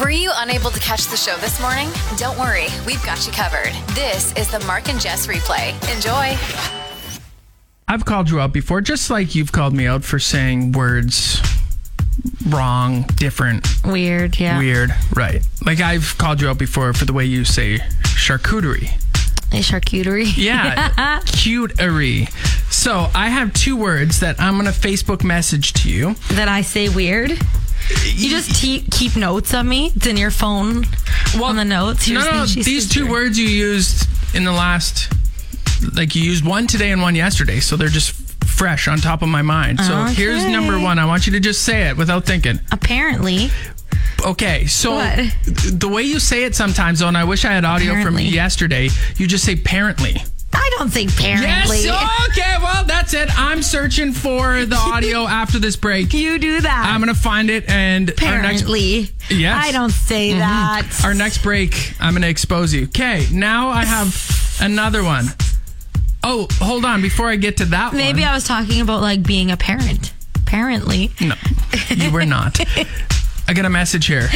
Were you unable to catch the show this morning? Don't worry, we've got you covered. This is the Mark and Jess replay. Enjoy. I've called you out before, just like you've called me out for saying words wrong, different, Weird, yeah. weird. Right. Like I've called you out before for the way you say charcuterie. A charcuterie. Yeah. cutery. So I have two words that I'm going to Facebook message to you. That I say weird. You just te- keep notes of me. It's in your phone on the notes. You're No, saying no, she these said two weird. words you used in the last, like you used one today and one yesterday, so they're just fresh on top of my mind. So here's Okay. number one. I want you to just say it without thinking. Apparently, Okay, so What? th- the way you say it sometimes, though, and I wish I had audio Apparently. from yesterday, you just say apparently. I don't think apparently. Yes. Okay. Well, that's it. I'm searching for the audio after this break. You do that. I'm gonna find it and apparently. Yes. Mm-hmm. I don't say that. Our next, our next break, I'm gonna expose you. Okay. Now I have another one. Oh, hold on. Before I get to that one, Maybe I was talking about like being a parent. Apparently. no, you were not. I got a message here.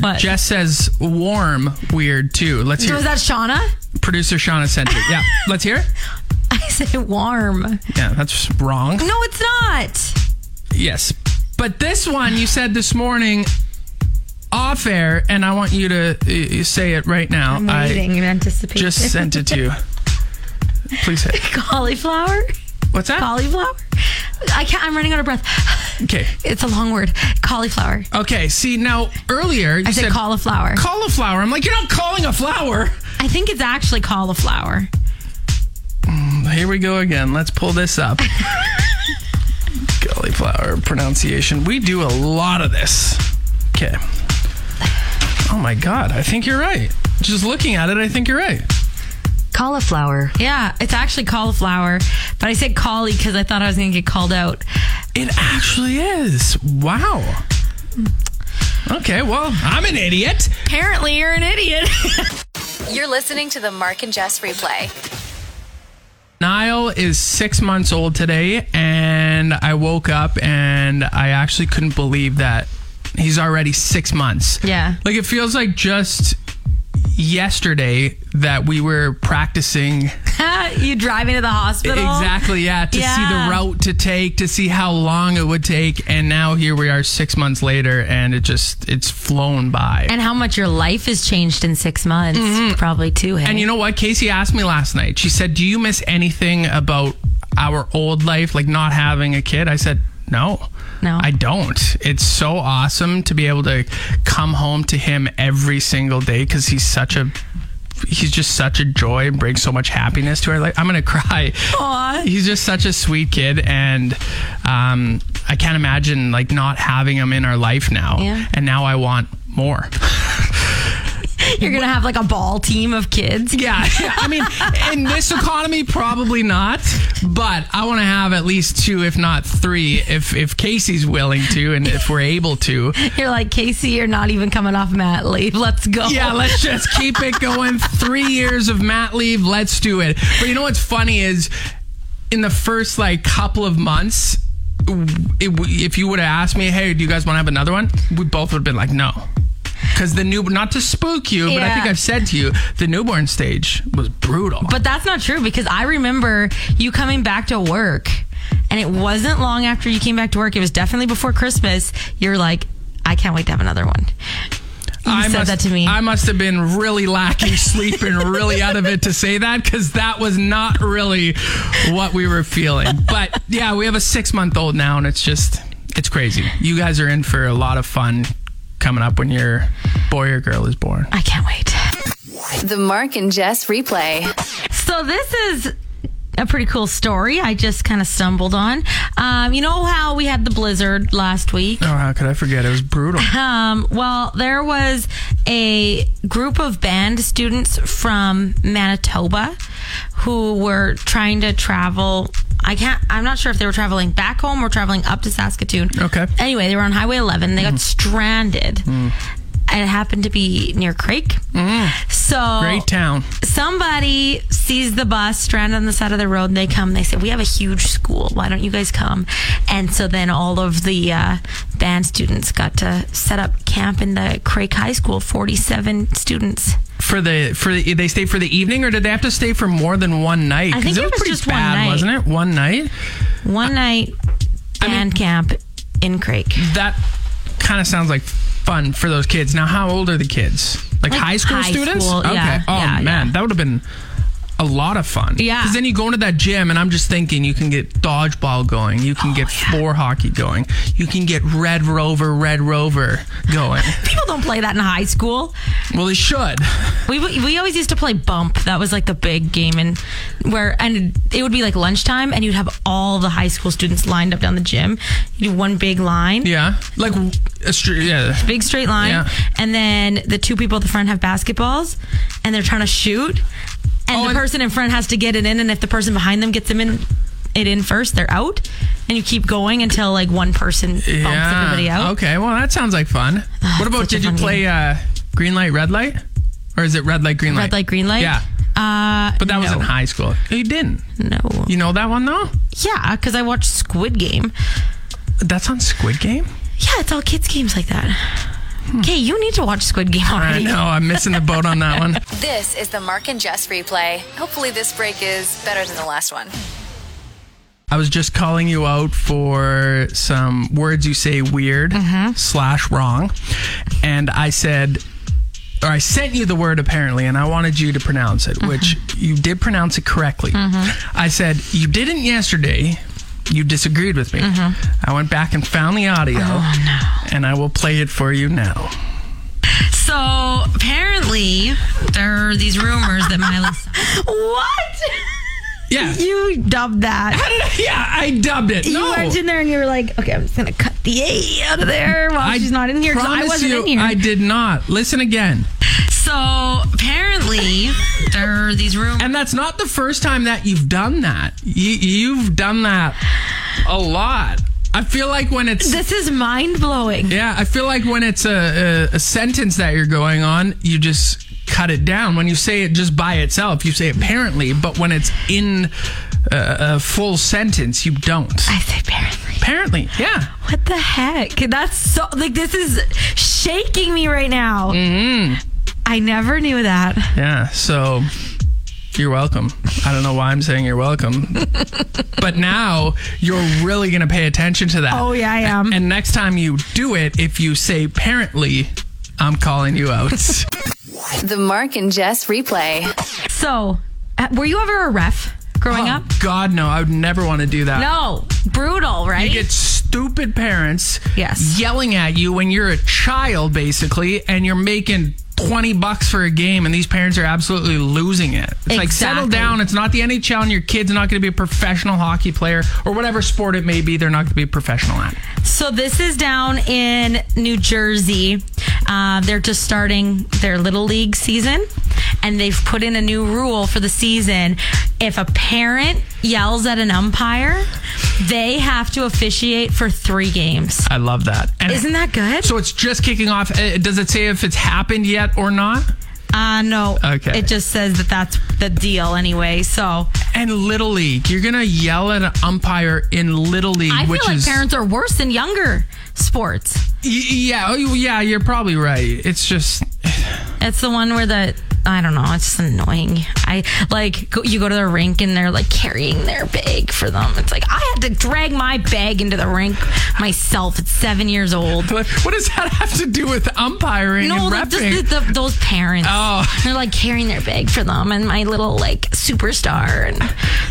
What? Jess says warm, weird too. Let's So hear. was that Shauna? Producer Shauna sent it. Yeah, let's hear. it. I say warm. No, Yeah, that's wrong. it's not. Yes. But this one you said this morning off air, and I want you to uh, say it right now. I'm I waiting in anticipation. just sent it to you. Please say. it. cauliflower. What's that? Cauliflower. I can't. I'm running out of breath. Okay. It's a long word. Cauliflower. Okay. See, now earlier you I said, said cauliflower. cauliflower. I'm like, you're not calling a flower. I think it's actually cauliflower. Here we go again. Let's pull this up. cauliflower pronunciation. We do a lot of this. Okay. Oh my God. I think you're right. Just looking at it, I think you're right. Cauliflower. Yeah, it's actually cauliflower. But I said collie because I thought I was going to get called out. It actually is. Wow. Okay, well, I'm an idiot. Apparently, you're an idiot. You're listening to the Mark and Jess replay. Niall is six months old today, and I woke up and I actually couldn't believe that he's already six months. Yeah. Like, it feels like just yesterday that we were practicing you driving to the hospital. exactly yeah to see Yeah. the route to take to see how long it would take and now here we are six months later and it just it's flown by And how much your life has changed in six months. Probably eh? too. Hey? Mm-hmm. And you know what? Casey asked me last night. She said, Do you miss anything about our old life, like not having a kid? I said, No. No. I don't. It's so awesome to be able to come home to him every single day because he's such a. He's just such a joy and brings so much happiness to our life. I'm gonna cry. Aw. He's just such a sweet kid, and um, I can't imagine like not having him in our life now. Yeah. And now I want more. you're going to have like a ball team of kids. Yeah, yeah. I mean, in this economy, probably not. But I want to have at least two, if not three, if if Casey's willing to, and if we're able to. You're like, Casey, you're not even coming off mat leave. Let's go. Yeah, let's just keep it going. Three years of mat leave. Let's do it. But you know what's funny is, in the first like couple of months, w- it, w- if you would have asked me, hey, do you guys want to have another one? We both would have been like, no. Because the new, not to spook you, but I Yeah. think I've said to you, the newborn stage was brutal. But that's not true because I remember you coming back to work and it wasn't long after you came back to work. It was definitely before Christmas. You're like, I can't wait to have another one. You said must, that to me. I must have been really lacking sleep and really out of it to say that because that was not really what we were feeling. But yeah, we have a six month old now, and it's just, it's crazy. You guys are in for a lot of fun coming up when your boy or girl is born. I can't wait. The Mark and Jess replay. So this is a pretty cool story I just kind of stumbled on. Um, you know how we had the blizzard last week? Oh, how could I forget? It was brutal. Um, well, there was a group of band students from Manitoba who were trying to travel. I can't, I'm not sure if they were traveling back home or traveling up to Saskatoon. Okay. Mm. Anyway, they were on Highway 11. They got stranded. it happened to be near Crake. So Mm. Great town. somebody sees the bus stranded on the side of the road and they come they say we have a huge school why don't you guys come and so then all of the uh, band students got to set up camp in the crake high school 47 students For the for the, they stayed for the evening, or did they have to stay for more than one night? I 'Cause think it it was was pretty just one bad, night. wasn't it? One night. one night band camp in crake That kind of sounds like fun for those kids. Now, how old are the kids? Like, Like high school high students? school, okay. yeah, oh yeah, man, yeah. that would have been a lot of fun. Yeah. Because then you go into that gym, and I'm just thinking, you can get dodgeball going, you Oh, can get floor hockey going, you can get Red Rover, Red Rover going. people don't play that in high school well, they should. We, we always used to play bump. That was like the big game, and where and it would be like lunchtime, and you'd have all the high school students lined up down the gym. You do one big line, Yeah. Like, a str- yeah. big straight line, Yeah. and then the two people at the front have basketballs, and they're trying to shoot, and Oh, the and- person in front has to get it in, and if the person behind them gets them in it in first, they're out, and you keep going until like one person bumps yeah. everybody out. Ah, Okay. Well, that sounds like fun. what about such a did you fun play uh, green light, red light, or is it red light, green light? Red light, green light. Yeah. Uh, But that was no. in high school. You didn't. No. You know that one though? Yeah, because I watched Squid Game. That's on Squid Game. Yeah, it's all kids' games like that. Okay, you need to watch Squid Game Hmm. I already. know. I'm missing the boat on that one. This is the Mark and Jess replay. Hopefully, this break is better than the last one. I was just calling you out for some words you say weird slash wrong, and I said. Or I sent you the word apparently, and I wanted you to pronounce it, which you did pronounce it correctly. I said you didn't yesterday. You disagreed with me. I went back and found the audio, and I will play it for you now. So apparently, there are these rumors that Miley. What? Yeah, You dubbed that. yeah, I dubbed it. You no. went in there and you were like, okay, I'm just going to cut the A out of there while she's not in here 'cause I promise wasn't you, in here. I did not. Listen again. So apparently, there are these rumors. And that's not the first time that you've done that. You, you've done that a lot. I feel like when it's this is mind blowing. yeah, I feel like when it's a, a, a sentence that you're going on, you just cut it down. When you say it just by itself, you say apparently, but when it's in a, a full sentence, you don't. I say, apparently. Apparently, yeah. What the heck? That's so, like, this is shaking me right now. Mm-hmm. I never knew that. Yeah, so you're welcome. I don't know why I'm saying you're welcome. but now you're really going to pay attention to that. Oh, yeah, I am. And next time you do it, if you say apparently, I'm calling you out. The Mark and Jess replay. So, uh, were you ever a ref growing up? God, no, I would never want to do that. No, brutal, right? You get stupid parents Yes. yelling at you when you're a child, basically, and you're making 20 bucks for a game, and these parents are absolutely losing it. It's like, settle Exactly. down. It's not the NHL, and your kid's not going to be a professional hockey player or whatever sport it may be, they're not going to be a professional at. so this is down in New Jersey. Uh, they're just starting their little league season, and they've put in a new rule for the season. If a parent yells at an umpire, they have to officiate for three games. I love that. And Isn't that good? so it's just kicking off. Uh, Does it say if it's happened yet or not? Uh, no. Okay. It just says that that's the deal anyway. So And Little League, you're going to yell at an umpire in Little League, I feel which like is. parents are worse than younger sports. Y- yeah, oh, yeah, you're probably right. It's just. It's the one where the I don't know. It's just annoying. I like go, you go to the rink and they're like carrying their bag for them. It's like I had to drag my bag into the rink myself at seven years old. Like, what does that have to do with umpiring No, and like, repping? just the, the, those parents. Oh. they're like carrying their bag for them, and my little like superstar, and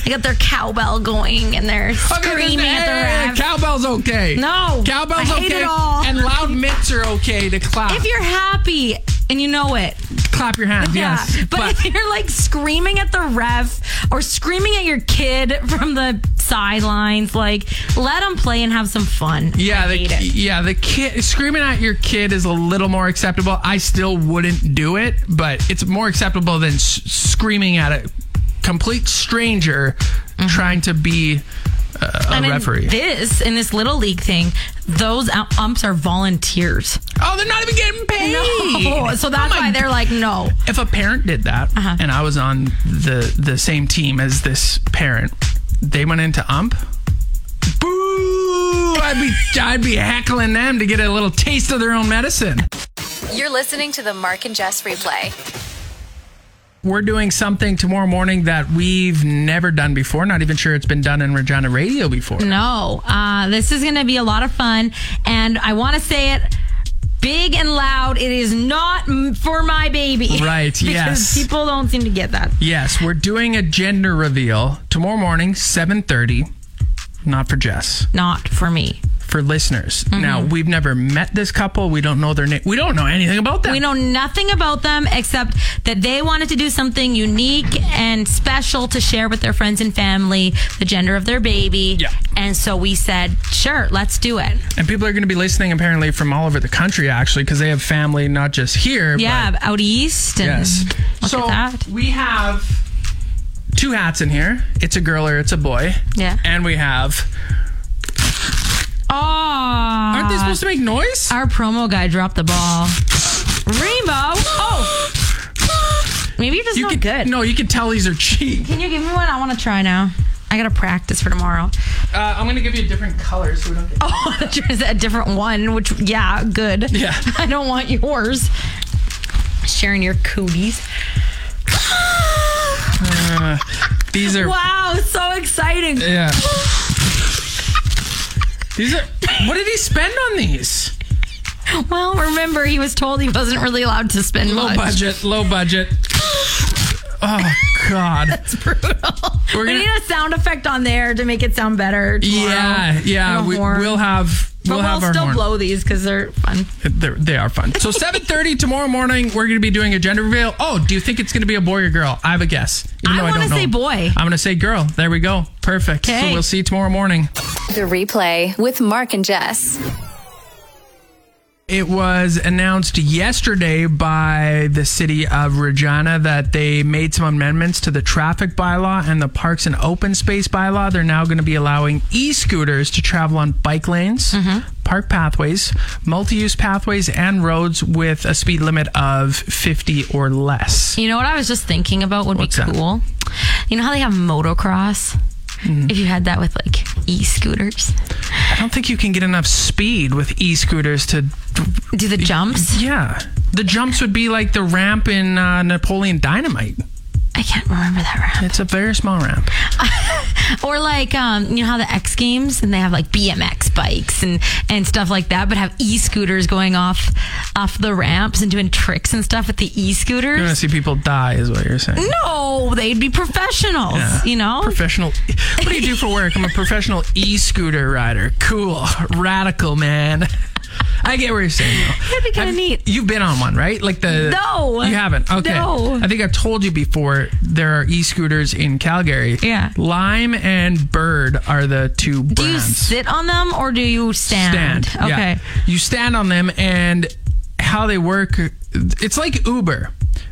they got their cowbell going, and they're Okay, there's- screaming hey, at the ref. eh, Cowbell's okay. No, Cowbell's I hate okay. it all. And loud mitts are okay to clap. if you're happy and you know it, clap your hands, yes. Yeah, but, But, if you're like screaming at the ref or screaming at your kid from the sidelines, like let them play and have some fun. yeah, I the hate it. yeah, the kid screaming at your kid is a little more acceptable. I still wouldn't do it, but it's more acceptable than s- screaming at a complete stranger trying to be a, a And in referee. This in this little league thing, those um- umps are volunteers. Oh, they're not even getting paid. Oh No. So that's my why they're like, no. If a parent did that, and I was on the the same team as this parent, they went into ump. Boo! I'd be I'd be heckling them to get a little taste of their own medicine. You're listening to the Mark and Jess replay. We're doing something tomorrow morning that we've never done before. Not even sure it's been done in Regina Radio before. No, uh, this is going to be a lot of fun, and I want to say it big and loud. It is not m- for my baby, Right, because yes. people don't seem to get that. Yes, we're doing a gender reveal tomorrow morning, 7:30. Not for Jess, Not for me. for listeners. Now, we've never met this couple. We don't know their name. We don't know anything about them. We know nothing about them except that they wanted to do something unique and special to share with their friends and family the gender of their baby. Yeah. And so we said, sure, let's do it. And people are going to be listening apparently from all over the country actually because they have family not just here. Yeah, out east. But And yes. Look so at that. we have two hats in here. It's a girl or it's a boy. Yeah. And we have Oh, Aren't they supposed to make noise? Our promo guy dropped the ball. Rainbow. Oh. Maybe you're just you not could, good. No, you can tell these are cheap. Can you give me one? I want to try now. I gotta practice for tomorrow. Uh, I'm going to give you a different color so we don't get Oh, there's a different one. Which, yeah, good. Yeah. I don't want yours. Sharing your cooties. Uh, These are Wow, so exciting. Yeah. These are. What did he spend on these? Well, remember he was told he wasn't really allowed to spend Low much. budget. Low budget. Oh God. It's brutal. We're we gonna- need a sound effect on there to make it sound better. tomorrow. Yeah, And yeah. a We, horn. we'll have. But We'll we'll have our still horn. blow these because they're fun. They're, they are fun. So 7:30 tomorrow morning, we're going to be doing a gender reveal. Oh, do you think it's going to be a boy or girl? I have a guess. even I though wanna don't know. say boy. I'm going to say girl. There we go. Perfect. So Okay. we'll see you tomorrow morning. The replay with Mark and Jess. It was announced yesterday by the city of Regina that they made some amendments to the traffic bylaw and the parks and open space bylaw. They're now going to be allowing e scooters to travel on bike lanes, park pathways, multi use pathways, and roads with a speed limit of 50 or less. You know what I was just thinking about would What's be that? cool? You know how they have motocross? Mm-hmm. If you had that with like e scooters, I don't think you can get enough speed with e scooters to. do the jumps. Yeah. The jumps would be like the ramp in uh, Napoleon Dynamite. I can't remember that round. It's a very small ramp. Or like, um, you know how the X Games and they have like BMX bikes and, and stuff like that, but have e scooters going off off the ramps and doing tricks and stuff with the e You want to scooters. see people die, is what you're saying. No, they'd be professionals, Yeah. you know? Professional. e, What do you do for work? I'm a professional e-scooter rider. Cool, radical man. I get what you're saying. Though. That'd be kinda I've- neat. You've been on one, right? Like the No. you haven't. Okay, No. I think I've told you before. There are e-scooters in Calgary. Yeah. Lime and Bird are the two brands. do you sit on them or do you stand? Stand, yeah. Okay. You stand on them, and how they work, it's like Uber,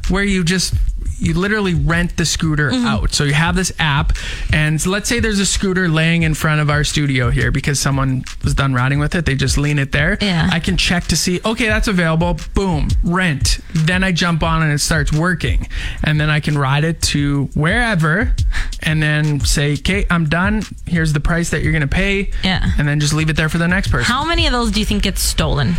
where you just you literally rent the scooter Mm-hmm. out. So you have this app, and let's say there's a scooter laying in front of our studio here because someone was done riding with it. They just lean it there. Yeah. I can check to see, okay, that's available. Boom, rent. Then I jump on and it starts working. And then I can ride it to wherever and then say, okay, I'm done. Here's the price that you're going to pay. Yeah. And then just leave it there for the next person. How many of those do you think get stolen?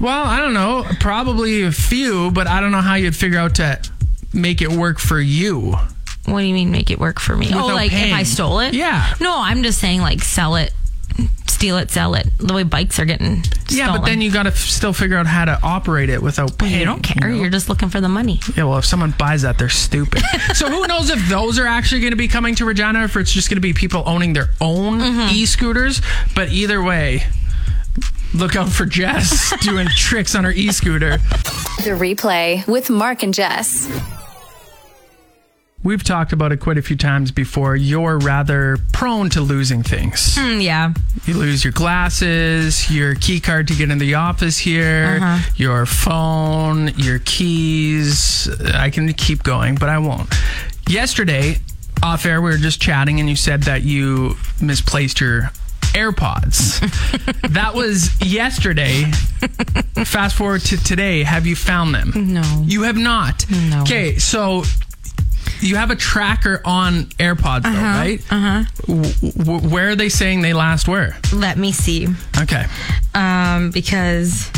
Well, I don't know. Probably a few, but I don't know how you'd figure out to make it work for you. What do you mean make it work for me? oh, Without like paying. if I stole it? Yeah. No, I'm just saying like sell it, steal it, sell it. The way bikes are getting Yeah, but then you got to f- still figure out how to operate it without paying. you don't care. You're just looking for the money. Yeah, well, if someone buys that, they're stupid. so who knows if those are actually going to be coming to Regina, or if it's just going to be people owning their own Mm-hmm. e-scooters. But either way, look out for Jess doing tricks on her e-scooter. The replay with Mark and Jess. We've talked about it quite a few times before. You're rather prone to losing things. Mm, yeah. You lose your glasses, your key card to get in the office here, your phone, your keys. I can keep going, but I won't. Yesterday, off air, we were just chatting, and you said that you misplaced your AirPods. that was yesterday. Fast forward to today. Have you found them? No. You have not. No. Okay, so you have a tracker on AirPods, Uh-huh, though, right? Uh huh. W- w- where are they saying they last were? Let me see. Okay. Um, because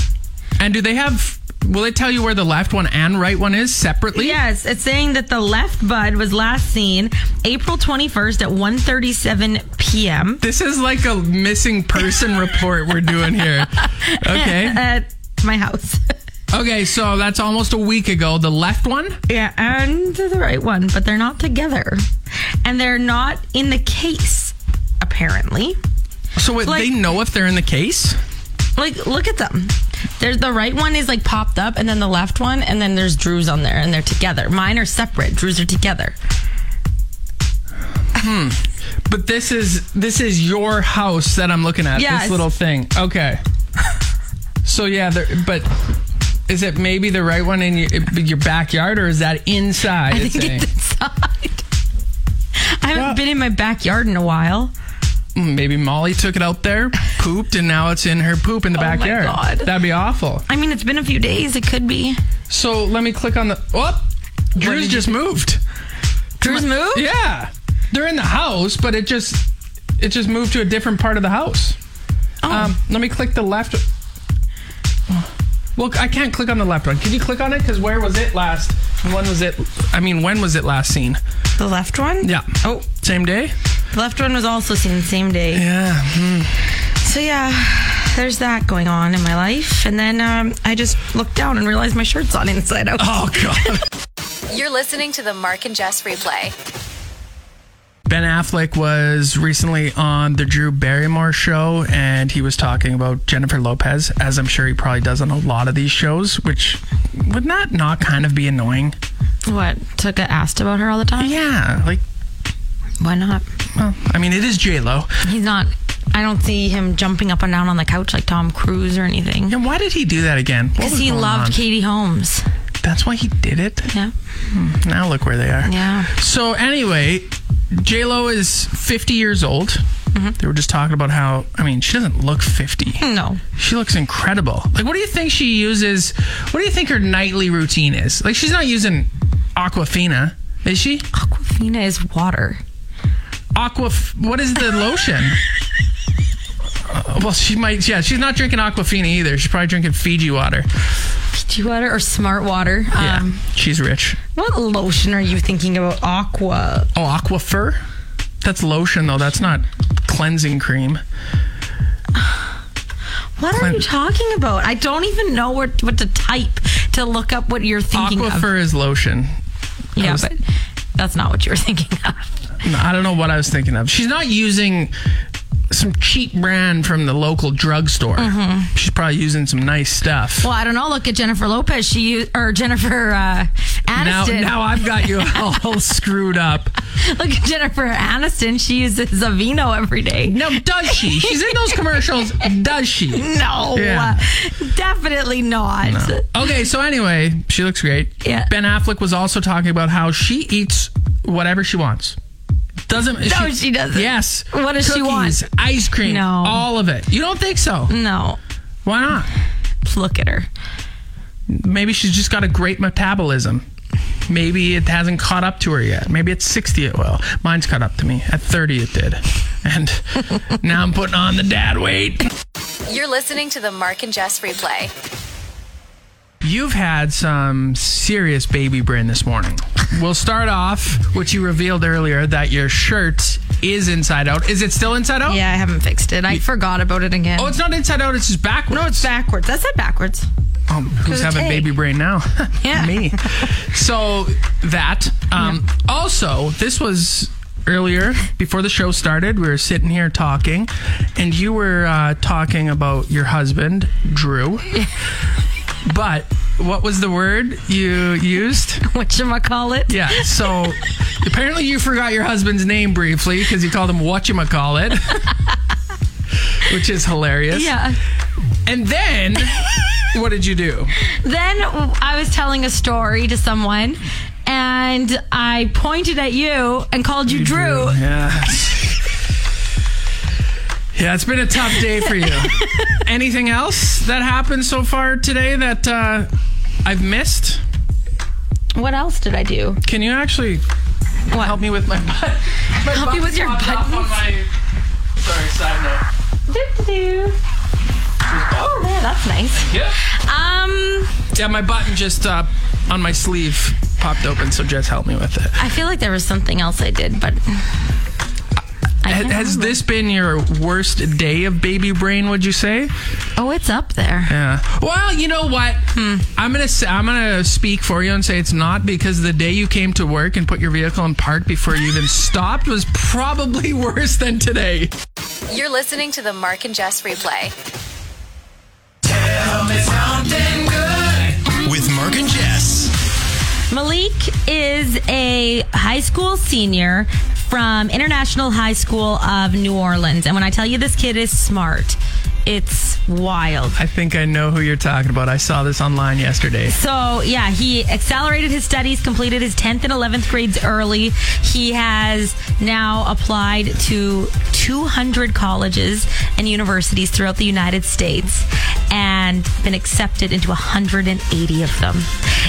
And do they have? Will it tell you where the left one and right one is separately? yes, it's saying that the left bud was last seen April 21st at 1:37 p.m. This is like a missing person report we're doing here. Okay. at my house. Okay, so that's almost a week ago. The left one? yeah, and the right one, but they're not together, and they're not in the case apparently. So wait, Like- they know if they're in the case? Like, look at them. There's the right one is like popped up, and then the left one, and then there's Drew's on there, and they're together. Mine are separate. Drew's are together. But this is this is your house that I'm looking at. Yes. This little thing. Okay. So yeah, there, but is it maybe the right one in your, your backyard or is that inside? I it's think saying? it's inside. I haven't Well- been in my backyard in a while. Mm, maybe Molly took it out there, pooped, and now it's in her poop in the Oh my backyard. God. That'd be awful. I mean, it's been a few days. It could be. So let me click on the. Oh, Drew's did just moved. Drew's moved? Yeah, they're in the house, but it just it just moved to a different part of the house. Oh. Um, let me click the left. Well, I can't click on the left one. Can you click on it? Because where was it last? When was it? I mean, when was it last seen? The left one? Yeah. Oh, Same day. the left one was also seen the same day. Yeah. So, yeah, there's that going on in my life. And then um, I just looked down and realized my shirt's on inside out. Oh God. You're listening to the Mark and Jess replay. Ben Affleck was recently on the Drew Barrymore show, and he was talking about Jennifer Lopez, as I'm sure he probably does on a lot of these shows. Which would that not kind of be annoying? What? To get asked about her all the time? Yeah, like Why not? Well, I mean, it is J Lo. He's not. I don't see him jumping up and down on the couch like Tom Cruise or anything. And why did he do that again? What Because was he going loved on? Katie Holmes. That's why he did it. Yeah. Now look where they are. Yeah. So anyway, J Lo is 50 years old. Mm-hmm. They were just talking about how I mean, she doesn't look 50. No. She looks incredible. Like, what do you think she uses? What do you think her nightly routine is? Like, she's not using Aquafina, is she? Aquafina is water. Aqua. What is the lotion? Uh, well, she might. Yeah, she's not drinking Aquafina either. She's probably drinking Fiji water. Fiji water or smart water. Um, Yeah, she's rich. What lotion are you thinking about? Aqua. Oh, Aquafer? That's lotion, though. That's not cleansing cream. What are you talking about? I don't even know what, what to type to look up what you're thinking of. Aquafer is lotion. Yeah, was- but that's not what you were thinking of. No, I don't know what I was thinking of. She's not using some cheap brand from the local drugstore. She's probably using some nice stuff. Mm-hmm. Well, I don't know. Look at Jennifer Lopez. She u- or Jennifer uh, now, Aniston. now I've got you all screwed up. Look at Jennifer Aniston. She uses Aveeno every day. Now, does she? She's in those commercials. Does she? No, Yeah. definitely not. Okay, so anyway, she looks great. Yeah. Ben Affleck was also talking about how she eats whatever she wants. Doesn't No, she doesn't. Yes. What does she want? Cookies, Ice cream. No. Mm. All of it. You don't think so? No, Why not? look at her. Maybe she's just got a great metabolism. Maybe it hasn't caught up to her yet. Maybe at 60 it will. Mine's caught up to me. At 30 it did. And now I'm putting on the dad weight. You're listening to the Mark and Jess replay. You've had some serious baby brain this morning. We'll start off, which you revealed earlier, that your shirt is inside out. Is it still inside out? Yeah, I haven't fixed it. I forgot about it again. Oh, it's not inside out, it's just backwards. No, it's backwards. I said backwards. Um, who's a having take. baby brain now? Yeah. Me. So that. Um, Also, this was earlier before the show started. We were sitting here talking, and you were uh, talking about your husband, Drew. but what was the word you used? What you call it? Yeah. So apparently you forgot your husband's name briefly because you called him whatchamacallit. Which is hilarious. Yeah. And then, what did you do? Then w- I was telling a story to someone, and I pointed at you and called you, Drew. Yeah. Yeah, it's been a tough day for you. Anything else that happened so far today that uh, I've missed? What else did I do? Can you actually help me with my butt? My help you with your Off on buttons? my, sorry, side note. Doo-doo. Oh, there, that's nice. Yeah. Um, Yeah, my button just uh, on my sleeve popped open, so Jess helped me with it. I feel like there was something else I did, but I Ha- can't Has remember. this been your worst day of baby brain? Would you say? Oh, it's up there. Yeah. Well, you know what? I'm gonna say, I'm gonna speak for you and say it's not because the day you came to work and put your vehicle in park before you even stopped was probably worse than today. You're listening to the Mark and Jess replay. With Mark and Jess. Malik is a high school senior from International High School of New Orleans. And when I tell you this kid is smart, it's wild. I think I know who you're talking about. I saw this online yesterday. So, yeah, he accelerated his studies, completed his 10th and 11th grades early. He has now applied to 200 colleges and universities throughout the United States and been accepted into 180 of them.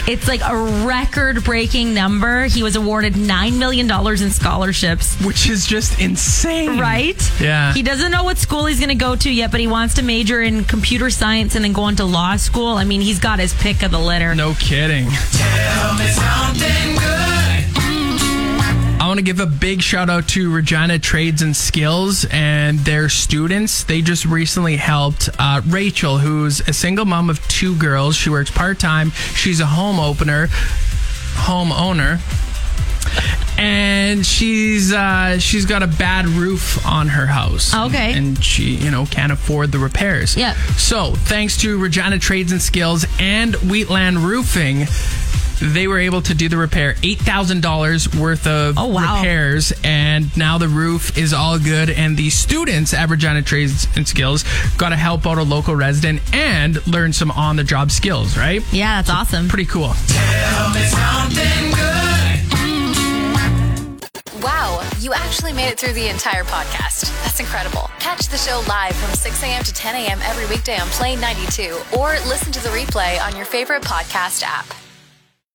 It's like a record breaking number. He was awarded $9 million in scholarships. Which is just insane. Right? Yeah. He doesn't know what school he's going to go to yet, but he wants to major in computer science and then go into law school. I mean, he's got his pick of the litter. No kidding. I want to give a big shout out to Regina Trades and Skills and their students. They just recently helped uh, Rachel, who's a single mom of two girls. She works part time. She's a home opener, home owner, and she's uh, she's got a bad roof on her house. Okay. and she you know can't afford the repairs. Yeah. So, thanks to Regina Trades and Skills and Wheatland Roofing, they were able to do the repair. $8,000 worth of Oh, wow. repairs, and now the roof is all good. And the students at Regina Trades and Skills got to help out a local resident and learn some on the job skills, right? Yeah, that's awesome. Pretty cool. Wow, you actually made it through the entire podcast. That's incredible. Catch the show live from 6 a.m. to 10 a.m. every weekday on Play 92 or listen to the replay on your favorite podcast app.